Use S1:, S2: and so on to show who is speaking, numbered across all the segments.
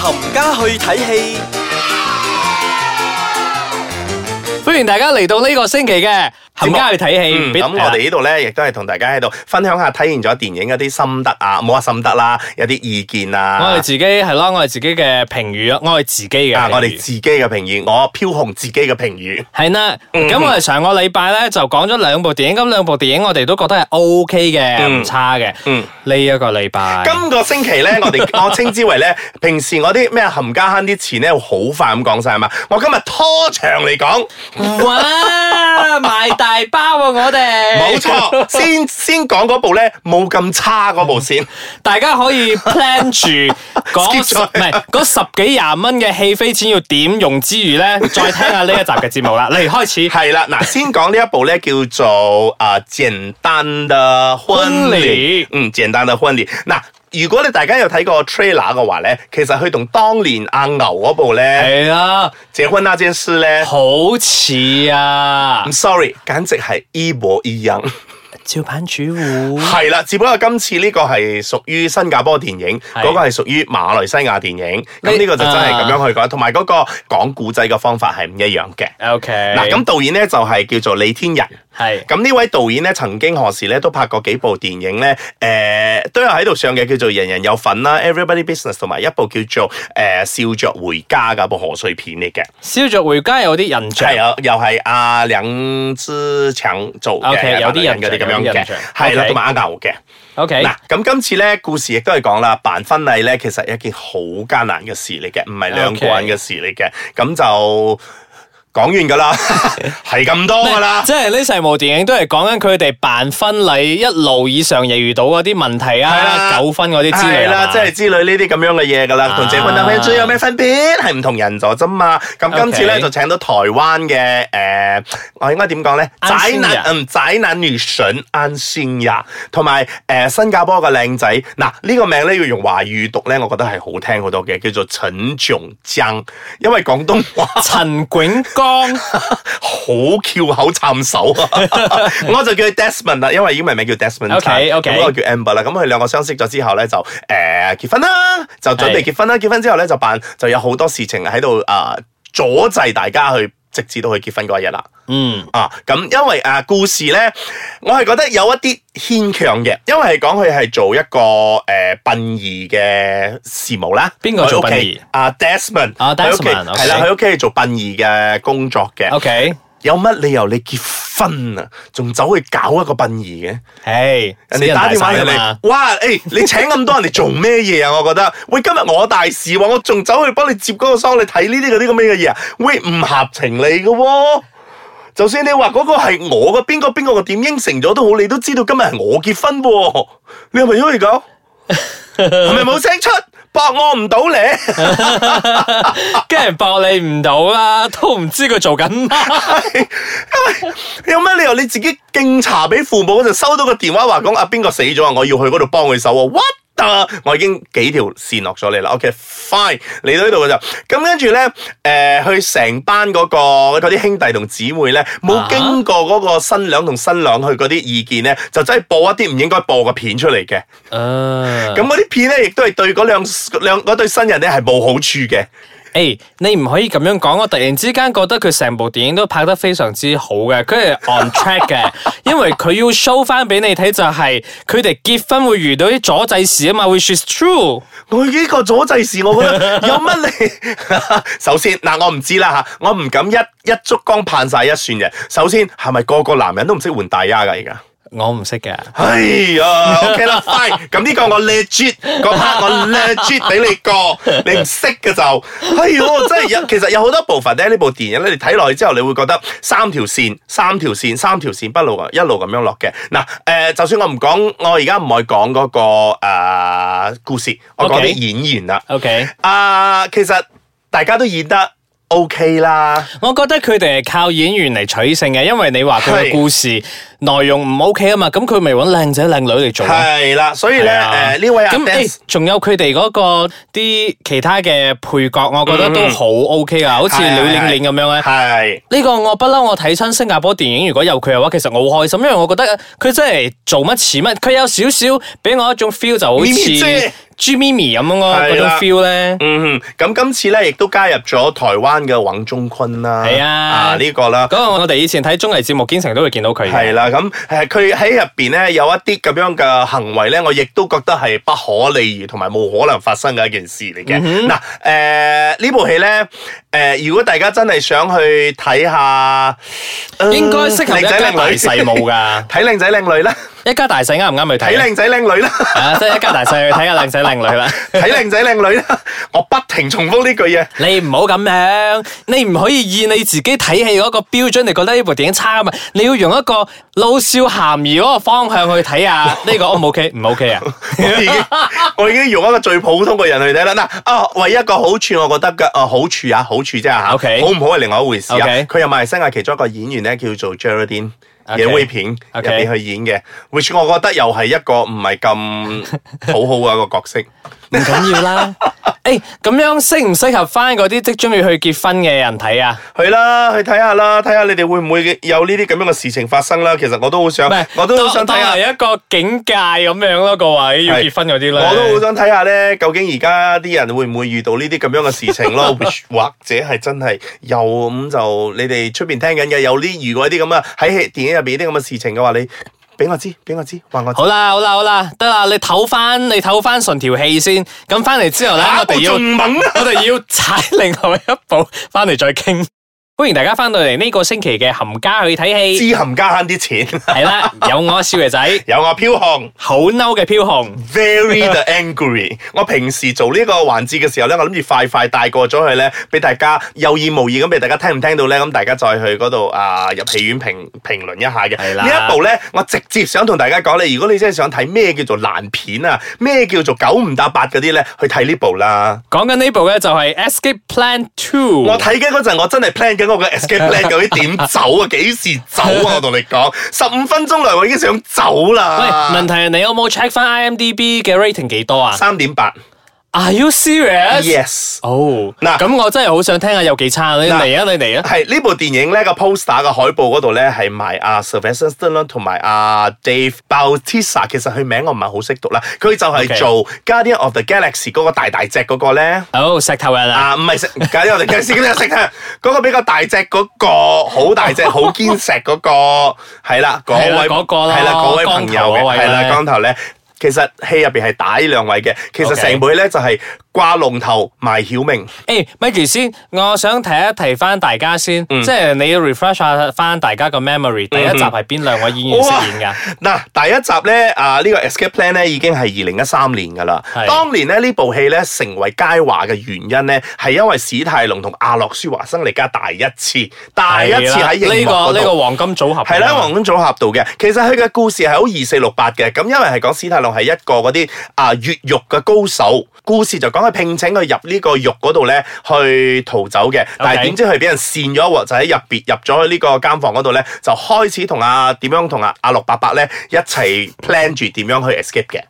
S1: 冚家去睇戲，
S2: 歡迎大家嚟到呢個星期嘅冚家去睇啊
S3: 嗯
S2: 戲。
S3: 咁我哋呢度咧，亦都係同大家喺度分享下睇完咗電影嗰啲心得啊，冇話心得啦，有啲意見啊。
S2: 我哋自己係咯，我哋自己嘅評語啊，我哋自己嘅評
S3: 啊，
S2: 語。
S3: 我哋自己嘅評語，我飄紅自己嘅評語。
S2: 係啦，咁我哋上個禮拜咧就講咗兩部電影，咁兩部電影我哋都覺得係 O K 嘅，
S3: 嗯
S2: 唔差嘅。
S3: 嗯
S2: 呢一個禮拜，
S3: 今個星期咧，我哋我稱之為咧，平時我啲咩冚家慳啲錢咧，好快咁講晒嘛。我今日拖長嚟講，
S2: 哇，賣大包啊！我哋
S3: 冇錯，先先講嗰部咧冇咁差嗰部先。
S2: 大家可以 plan 住嗰
S3: Skip
S2: 十
S3: 咗
S2: 唔係嗰十幾廿蚊嘅戲飛錢要點用之餘咧，再聽下呢一集嘅節目啦。嚟開始。
S3: 係啦，嗱，先講呢一部咧叫做啊、簡單的婚
S2: 婚
S3: 禮
S2: 禮，
S3: 嗯，簡單的婚禮。嗱，如果你大家有睇過 trailer 嘅話咧，其實佢同當年阿牛嗰部 咧
S2: 係啊，
S3: 結婚那件事咧
S2: 好似啊
S3: ，I'm，sorry，簡直係一模一樣。
S2: 照版主户
S3: 係啦，只不過今次呢個係屬於新加坡電影，
S2: 係
S3: 嗰個係屬於馬來西亞電影，咁
S2: 你
S3: 呢個就真係咁
S2: 啊
S3: 樣去講，同埋嗰個講古仔嘅方法係唔一樣嘅。
S2: ，OK，
S3: 嗱，咁導演咧就係叫做李天仁。
S2: 係
S3: 咁呢位導演咧，曾經何時咧都拍過幾部電影咧，誒、都有喺度上嘅，叫做《人人有份》啦，《Everybody Business》同埋一部叫做《誒、笑着回家》嘅部賀歲片嚟嘅，
S2: 燒着回家有啲印象
S3: 係，啊有又係阿梁之強做嘅
S2: 啊
S3: 啊
S2: OK，有啲印象
S3: 嗰啲咁
S2: 有啲
S3: 樣
S2: 印
S3: 嘅
S2: 象，
S3: 係啦，
S2: OK
S3: 同埋阿牛嘅。
S2: ，OK，
S3: 嗱，咁今次咧故事亦都係講啦，辦婚禮咧其實係一件好艱難嘅事嚟嘅，唔係兩個人嘅事嚟嘅，咁就講完 噶啦，係咁多噶啦。
S2: 即係呢成部電影都係講緊佢哋辦婚禮一路以上亦遇到嗰啲問題
S3: 係啦
S2: 啊、糾紛嗰啲之類
S3: 係啦，即係之類呢啲咁樣嘅嘢噶啦，同結婚
S2: 啊
S3: 等婚最有咩分別？係唔同人咗啫嘛。咁今次
S2: OK
S3: 咧就請到台灣嘅誒，我應該點講咧？
S2: 安
S3: 宅
S2: 心
S3: 男
S2: 呀
S3: 嗯，宅男女神安心呀，同埋誒新加坡嘅靚仔嗱，呢個名咧要用華語讀咧，我覺得係好聽好多嘅，叫做陳炯江，因為廣東話
S2: 陳炯江
S3: 好翹口撐手啊！我就叫佢 Desmond 啦，因為英文名叫 Desmond Tan。
S2: OK，OK
S3: 咁我叫 Amber 啦。咁佢兩個相識咗之後咧，就誒、呃、結婚啦，就準備
S2: 係
S3: 結婚啦。結婚之後咧，就辦就有好多事情喺度啊阻滯大家去，直至到佢結婚嗰一日啦。
S2: 嗯。
S3: 啊，咁因為啊故事咧，我係覺得有一啲牽強嘅，因為係講佢係做一個誒、呃、殯儀嘅事務啦。
S2: 邊個做殯儀
S3: 佢屋企？啊 Desmond。
S2: 啊
S3: 佢屋企
S2: Desmond，
S3: 係啦，
S2: OK
S3: 佢屋企係做殯儀嘅工作嘅。
S2: OK，
S3: 有乜理由你結婚啊，仲走去搞一個殯儀嘅？
S2: 唉，
S3: 人哋打
S2: 啊
S3: 電話 入嚟，哇！誒、你請咁多人嚟做咩嘢啊？我覺得，喂，今日我大事喎，我仲走去幫你接嗰個喪，你睇呢啲嗰啲咁嘅嘢啊？喂，唔合情理嘅喎。就算你話嗰個係我嘅，邊個邊個我點應承咗都好，你都知道今日係我結婚喎。你係咪因為咁？係咪冇聲出？駁我唔到你。
S2: 跟人爆你唔到啦，都唔知佢做緊 乜。
S3: 有乜理由你自己敬茶俾父母嗰陣收到個電話話講啊邊個死咗啊，我要去嗰度幫佢手啊，what the？我已經幾條線落咗你啦，OK fine，嚟到呢度嘅就咁跟住咧，誒、去成班嗰、個嗰啲兄弟同姊妹咧，冇
S2: 啊
S3: 經過嗰個新娘同新郎去嗰啲意見咧，就真係播一啲唔應該播嘅片出嚟嘅，
S2: 啊
S3: 咁，嗰啲片咧亦都係對嗰兩兩嗰對新人咧係冇好處嘅。
S2: 誒，你唔可以咁樣講，我突然之間覺得佢成部電影都拍得非常之好嘅，佢係 on track 嘅，因為佢要 show 翻俾你睇就係佢哋結婚會遇到啲阻滯事啊嘛，which is true。
S3: 我呢個阻滯事，我覺 得有乜你？ 首先嗱，我唔知啦嚇，我唔敢一一燭光盼晒一算嘅。首先係咪個個男人都唔識換大丫㗎而家？
S2: 我唔識嘅，
S3: 哎呀，OK 啦，fine。咁呢個我 legit，嗰 part 我 legit 俾你過，你唔識嘅就，哎呦，真係有。其實有好多部分咧，呢部電影咧，你睇落去之後，你會覺得三條線、三條線、三條線不路啊一路咁樣落嘅。嗱，誒、呃就算我唔講，我而家唔係講嗰個、呃、故事，我講
S2: OK
S3: 啲演員啦。
S2: OK，
S3: 啊，其實大家都演得 OK 啦，
S2: 我覺得佢哋係靠演員嚟取勝嘅，因為你話佢嘅
S3: 係
S2: 故事內容唔 OK 啊嘛，咁佢咪揾靚仔靚女嚟做咯。
S3: 係啦，所以咧
S2: 係啊
S3: 誒呢位阿
S2: 咁
S3: Dance
S2: 誒，仲有佢哋嗰個啲其他嘅配角，我覺得
S3: 嗯
S2: 都好 OK 啊，好似
S3: 係
S2: 女
S3: 係
S2: 玲
S3: 係
S2: 玲咁樣咧。
S3: 係
S2: 呢個我不嬲，我睇親新加坡電影，如果有佢嘅話，其實我好開心，因為我覺得佢真係做乜似乜，佢有少少俾我一種 feel 就好似
S3: 咪咪姐
S2: 朱咪咪咁樣咯，
S3: 係
S2: 嗰種
S3: 啦
S2: feel 咧。
S3: 嗯，咁今次咧亦都加入咗台灣嘅尹中坤啦，
S2: 係啊
S3: 啊呢個啦
S2: 嗰。個我哋以前睇綜藝節目，經常都會見到佢嘅。
S3: 係啦，咁誒佢喺入邊咧有一啲咁樣嘅行為咧，我亦都覺得係不可理喻同埋冇可能發生嘅一件事嚟嘅。嗱、誒呢部戲咧，誒、如果大家真係想去睇下，呃
S2: 應該適合一
S3: 靚仔
S2: 家大
S3: 靚女
S2: 細冇㗎，
S3: 睇靚仔靚女啦，
S2: 一家大細啱唔啱去
S3: 嗯睇
S2: 睇啊？
S3: 靚仔靚女啦。
S2: 啊，即係一家大細去睇下靚仔靚女 啦。
S3: 睇靚仔靚女啦， 我不停重複呢句 嘢。
S2: 你唔好咁樣，你唔可以以你自己睇戲嗰個標準嚟覺得呢部電影差啊嘛，你要用一個老少咸宜嗰個方向去睇啊。呢個 O 唔 OK？唔 OK 啊？
S3: 我已經我已經用一個最普通嘅人去睇啦。嗱，啊，唯一一個好處我覺得嘅啊好處啊好處啫嚇
S2: OK
S3: 好唔好係另外一回事啊。
S2: OK
S3: 佢又馬來西亞其中一個演員咧叫做 Geraldine。
S2: OK
S3: 影威片入
S2: OK
S3: 邊去演嘅，which 我覺得又係一個唔 係咁好好嘅一個角色。
S2: 唔緊要 啦。誒，咁樣適唔適合翻嗰啲即將要去結婚嘅人睇啊？
S3: 去啦，去睇下啦，睇下你哋會唔會有呢啲咁樣嘅事情發生啦。其實我都好想
S2: 唔係，，
S3: 啊我都好想睇下
S2: 當。係一個境界咁樣咯，各位要結婚嗰啲咧。
S3: 我都好想睇下咧，究竟而家啲人會唔會遇到呢啲咁樣嘅事情 咯？which- 或者係真係有咁就你哋出邊聽緊嘅有呢？如果啲咁啊喺戲電影入邊啲咁嘅事情嘅話，你俾我知，俾我知，話我知。
S2: 好啦，好啦，好啦，得啦，你唞翻，你唞翻順條氣先。咁翻嚟之後咧，我哋要
S3: 仲猛啊！
S2: 我哋要踩另外一步，翻嚟再傾。歡迎大家翻到嚟呢個星期嘅冚家去睇
S3: 知
S2: 戲，
S3: 冚家慳啲錢，
S2: 係啦，有我少爺仔，
S3: 有啊我飄紅。
S2: 好嬲嘅飄紅。
S3: Very the angry。我平時做呢個環節嘅時候咧，我諗住快快帶過咗去咧，俾大家有意無意咁俾大家聽唔聽到咧，咁大家再去嗰度啊入戲院評評論一下嘅。
S2: 係啦
S3: 呢一部咧，我直接想同大家講咧，如果你真係想睇咩叫做爛片啊，咩叫做九唔搭八嗰啲咧，去睇呢部啦。
S2: 講緊呢部咧就係 Escape Plan Two。
S3: 我睇緊嗰陣，我真係 plan 緊我嘅 escape plan 究竟點走啊，幾時走啊？我同你講，十五分鐘內我已經想走
S2: 喂，問
S3: 啦。
S2: 題係你有冇 check 翻 IMDB 嘅 rating 幾多啊
S3: 三點八
S2: ？Are you serious？
S3: ，yes。
S2: 哦，
S3: 嗱
S2: 咁我真係好想聽下有幾差，你
S3: 嗱
S2: 嚟啊，你嚟啊！
S3: 係呢部電影咧個 poster 嘅海報嗰度咧係埋阿 Sylvester Stallone 同埋阿 Dave Bautista，其實佢名我唔係好識讀啦，佢就
S2: OK
S3: 係做 Guardian of the Galaxy 嗰個大大隻嗰個咧。
S2: 好，石頭人啊！
S3: 啊，唔係食 Guardian of the Galaxy 嗰啲識嘅，啊嗰個比較大隻嗰、個，好大 隻，好堅石嗰、個，係啦，嗰
S2: 係啦
S3: 位
S2: 嗰個啦
S3: 係啦，嗰位
S2: 光
S3: 朋
S2: 頭
S3: 友
S2: 嗰位
S3: 嘅，係啦，
S2: 咧
S3: 光頭咧。其實戲入邊係打呢兩位嘅，其實
S2: OK
S3: 成部戲咧就係掛龍頭埋曉明。
S2: 誒，咪住先，我想提一提翻大家先，即係你要 refresh à, 下翻大家個 memory，第一集係邊兩位演員飾演㗎？
S3: 嗱，第一集咧，啊呢、個 Escape Plan 咧已經係二零一三年噶啦
S2: 係。
S3: 當年咧呢部戲咧成為佳話嘅原因咧，係因為史泰龍同阿諾舒華生力加第一次，第一次喺
S2: 呢
S3: 熒幕
S2: 個呢
S3: 嗰
S2: 個
S3: 度。
S2: 黃金組合
S3: 係啦，黃金組合度嘅，其實佢嘅故事係好二四六八嘅，咁因為係講史泰龍係一個嗰啲啊越獄嘅高手，故事就講佢聘請佢入呢個獄嗰度咧去逃走嘅，但係點知佢俾人扇咗一鑊，就喺入別入咗去呢個監房嗰度咧，就開始同阿點樣同阿阿六伯伯咧一齊 plan 住點樣去 escape 嘅，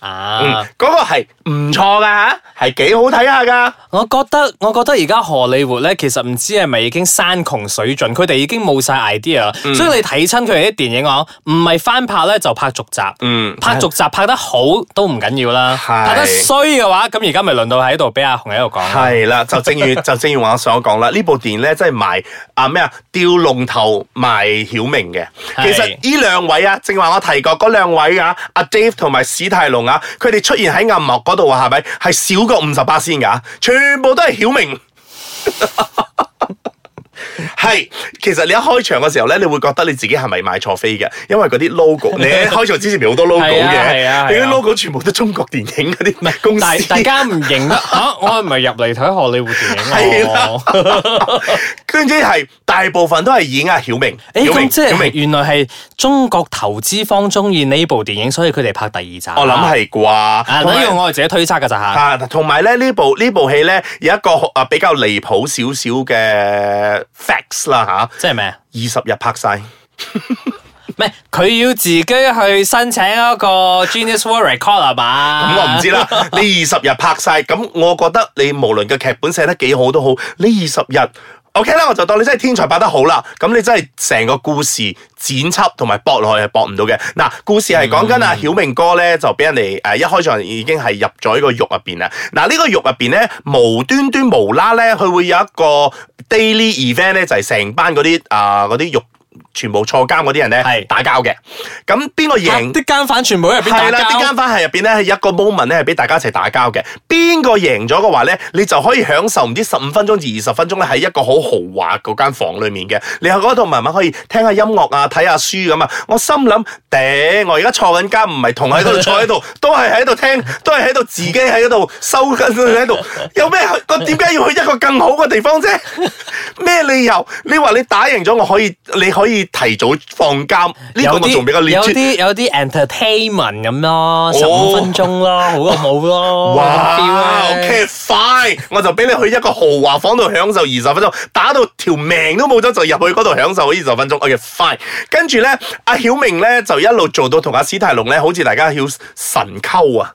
S3: 嗯
S2: 啊！，
S3: 嗰、個係唔錯噶嚇，係幾好睇下噶。
S2: 我覺得我覺得而家荷里活咧，其實唔知係咪已經山窮水盡，佢哋已經冇晒 idea 啦。
S3: 嗯
S2: 所以你睇親佢哋啲電影我唔係翻拍咧就拍續集。
S3: 嗯
S2: 拍續集拍得好都唔緊要啦，
S3: 係
S2: 拍得衰嘅話，咁而家咪輪到喺度俾阿紅喺度講啦。
S3: 係啦，就 正如就正如我所講啦，呢部電影咧真係賣啊咩啊，吊龍頭賣曉明嘅。
S2: 係
S3: 其實呢兩位啊，正話我提過嗰兩位啊，阿 Dave 同埋史泰龍啊，佢哋出現喺暗幕嗰度啊，係咪係少過五十八先㗎？全部都係曉明。 係，其實你一開場嘅時候咧，你會覺得你自己係咪買錯飛嘅？因為嗰啲 logo，你喺開場之前咪 好多 logo
S2: 係啊係啊係啊
S3: 嘅，你啲 logo 全部都中國電影嗰啲公司。
S2: 但 係大家唔認得吓，我唔係入嚟睇荷里活電
S3: 係
S2: 影啊
S3: 啦
S2: 喎。哦
S3: 跟住係大部分都係演阿曉明，
S2: 誒，
S3: 曉
S2: 咁
S3: 明，
S2: 即
S3: 曉
S2: 係
S3: 明。
S2: 原來係中國投資方中意呢部電影，所以佢哋拍第二集。
S3: 我諗係
S2: 啊，
S3: 啩，
S2: 呢
S3: 同
S2: 個
S3: 埋
S2: 我係自己推測㗎咋吓。
S3: 啊，同埋咧呢部呢部戲咧有一個啊比較離譜少少嘅 facts 啦
S2: 即係咩？
S3: 吓，二十日拍晒，
S2: 唔係佢要自己去申請一個 Genius World Record 啊嘛？
S3: 咁我唔知啦。呢二十日拍晒，咁我覺得你無論個劇本寫得幾好都好，呢二十日 OK 啦，我就當你真係天才拍得好啦。咁你真係成個故事剪輯同埋駁落去係駁唔到嘅。嗱，故事係講緊阿曉明哥咧，就俾人哋呃誒一開場已經係入咗呢個獄入邊啦。嗱，呢個獄入邊咧，無端端無啦咧，佢會有一個 daily event 咧，就係成班嗰啲啊嗰啲獄全部坐監嗰啲人咧
S2: 係
S3: 打交嘅。咁邊個贏？
S2: 啲奸犯全部喺入邊打
S3: 係啦，啲
S2: 交
S3: 間。翻係入邊咧係一個 moment 咧係俾大家一齊打交嘅，邊個贏咗嘅話咧，你就可以享受唔知十五分鐘至二十分鐘咧喺一個好豪華嗰間房裡面嘅，你喺嗰度慢慢可以聽下音樂啊，睇下書咁啊。我心諗，頂，我而家坐緊監，唔係同喺嗰度坐 喺度，都係喺度聽，都係喺度自己喺嗰度收緊喺度，有咩？我點解要去一個更好嘅地方啫？ 咩理由？你話你打贏咗，我可以，你可以提早放監，呢、個我仲比較
S2: 有
S3: legit
S2: 啲有啲 entertainment 咁咯，十五分鐘咯，好過冇咯。咁 feel
S3: 哇
S2: 啊
S3: ，OK，快！我就俾你去一個豪華房度享受二十分鐘，打到條命都冇咗就入去嗰度享受二十分鐘。OK，快！跟住咧，阿曉明咧就一路做到同阿史泰龍咧，好似大家曉神溝啊！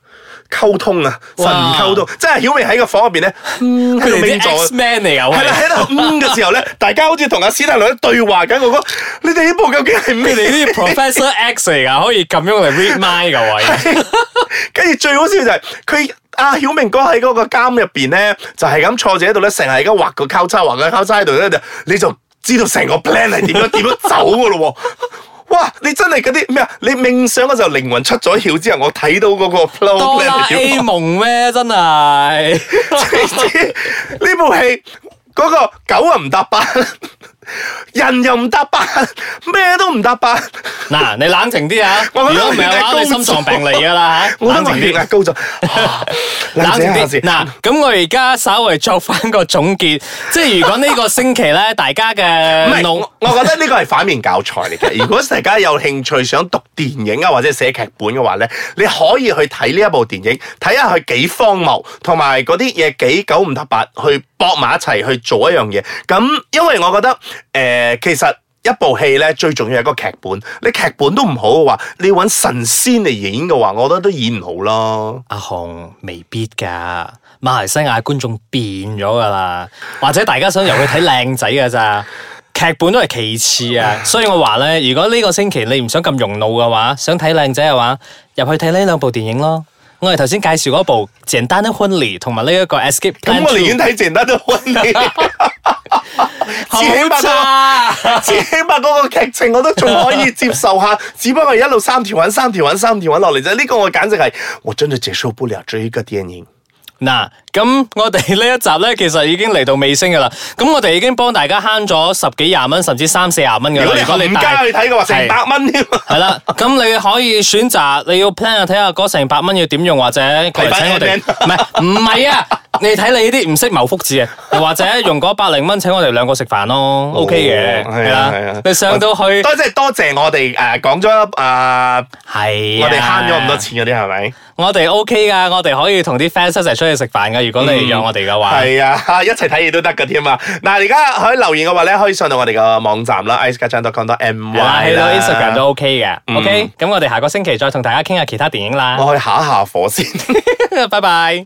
S3: 溝通啊，神
S2: 哇
S3: 溝通，即係曉明喺個房入邊咧， 嗯，喺
S2: 佢
S3: 度
S2: 哋
S3: 拎
S2: 啲
S3: 咗
S2: X。Man 嚟㗎，
S3: 係啦，
S2: 喂
S3: 喺度嗯嘅時候咧，大家好似同阿史泰龍喺度對話緊，我覺得你哋呢部究竟係咩
S2: 佢
S3: 嚟？
S2: 哋啲 Professor X 嚟㗎，可以咁樣嚟 read mind 㗎喂。
S3: 跟住最好笑就係佢阿曉明哥喺嗰個監入邊咧，就係咁坐住喺度咧，成日而家畫個交叉，畫個交叉喺度咧，就你就知道成個 plan 係 點樣點樣走噶咯喎！哇！你真係嗰啲咩啊？你冥想嗰時候靈魂出咗竅之後，我睇到嗰個 flow
S2: 哆
S3: plan
S2: 啦
S3: 係點
S2: A 夢咩？真係
S3: 呢部戲嗰、個狗又唔搭八， 人又唔搭八，咩都唔搭八。
S2: 嗱，你冷靜啲啊！如
S3: 我
S2: 果
S3: 覺得
S2: 唔係嘅
S3: 我
S2: 話，
S3: 血壓
S2: 你心臟病嚟㗎啦嚇，
S3: 我覺
S2: 冷
S3: 得我
S2: 靜
S3: 血
S2: 啲
S3: 壓。高咗，啊冷
S2: 冷
S3: 靜
S2: 靜
S3: 下
S2: 啲
S3: 先。
S2: 嗱，咁我而家稍微作翻個總結， 即係如果呢個星期 咧，大家
S3: 唔
S2: 嘅
S3: 係，
S2: 腦
S3: 我我覺得呢個係反面教材嚟 嘅。如果大家有興趣想讀電影啊，或者寫劇本嘅話咧，你可以去睇呢一部電影，睇下佢幾荒謬，同埋嗰啲嘢幾九唔搭八，去搏埋一齊去做一樣嘢。咁因為我覺得誒、呃其實。一部戲咧最重要係一個劇本，你劇本都唔好嘅話，你揾神仙嚟演嘅話，我覺得都演唔好 咯。
S2: 阿紅未必㗎，馬來西亞觀眾變咗㗎啦，或者大家想由佢睇靚仔㗎咋。劇本都係其次
S3: 嗯
S2: 啊，所以我話咧，如果呢個星期你唔想咁用腦嘅話，想睇靚仔嘅話，入去睇呢兩部電影咯。我哋頭先介紹嗰部《簡單的婚禮》同埋呢一個《Escape
S3: 咁
S2: Plan
S3: 我
S2: Two
S3: 寧願睇鄭德都揾你。
S2: 好
S3: 自己拍拖
S2: 差
S3: 最 起碼嗰個劇情我都仲可以接受下，只不過係一路三條揾三條揾三條揾落嚟啫。呢、個我簡直係我真係接受不了這一個 電影。
S2: 嗱，咁我哋呢一集咧，其實已經嚟到尾聲噶啦。咁我哋已經幫大家慳咗十幾廿蚊，甚至三四廿蚊噶
S3: 如
S2: 啦
S3: 果。你冚家去睇嘅話，成百蚊添。啊
S2: 系啦，咁你可以選擇你要 plan 下睇下嗰成百蚊要點用，或者佢嚟請我哋，
S3: 提翻
S2: 唔係唔係 啊？你睇你呢啲唔識謀福字啊，又或者用嗰百零蚊請我哋兩個食飯咯，OK 嘅，
S3: 係啊
S2: 係
S3: 係啊
S2: 啦，你上到去
S3: 多謝多謝我哋誒講咗誒，
S2: 係
S3: 我哋慳咗咁多
S2: 錢。
S3: 錢嗰啲係咪？
S2: 啊我哋 OK 噶，我哋可以同啲 fans 一齊出去食飯噶。如果
S3: 嗯
S2: 你約我哋嘅話，
S3: 係啊，一齊睇嘢都得㗎添啊！嗱，而家可以留言嘅話咧，可以上到我哋嘅網站啦 i c e k a c h a n c o m m
S2: 係啦
S3: y
S2: 去到
S3: 啦
S2: Instagram 都 OK 嘅。OK，咁我哋下個星期再同大家傾下其他電影啦。啊
S3: 我去下一下火先。
S2: 拜拜。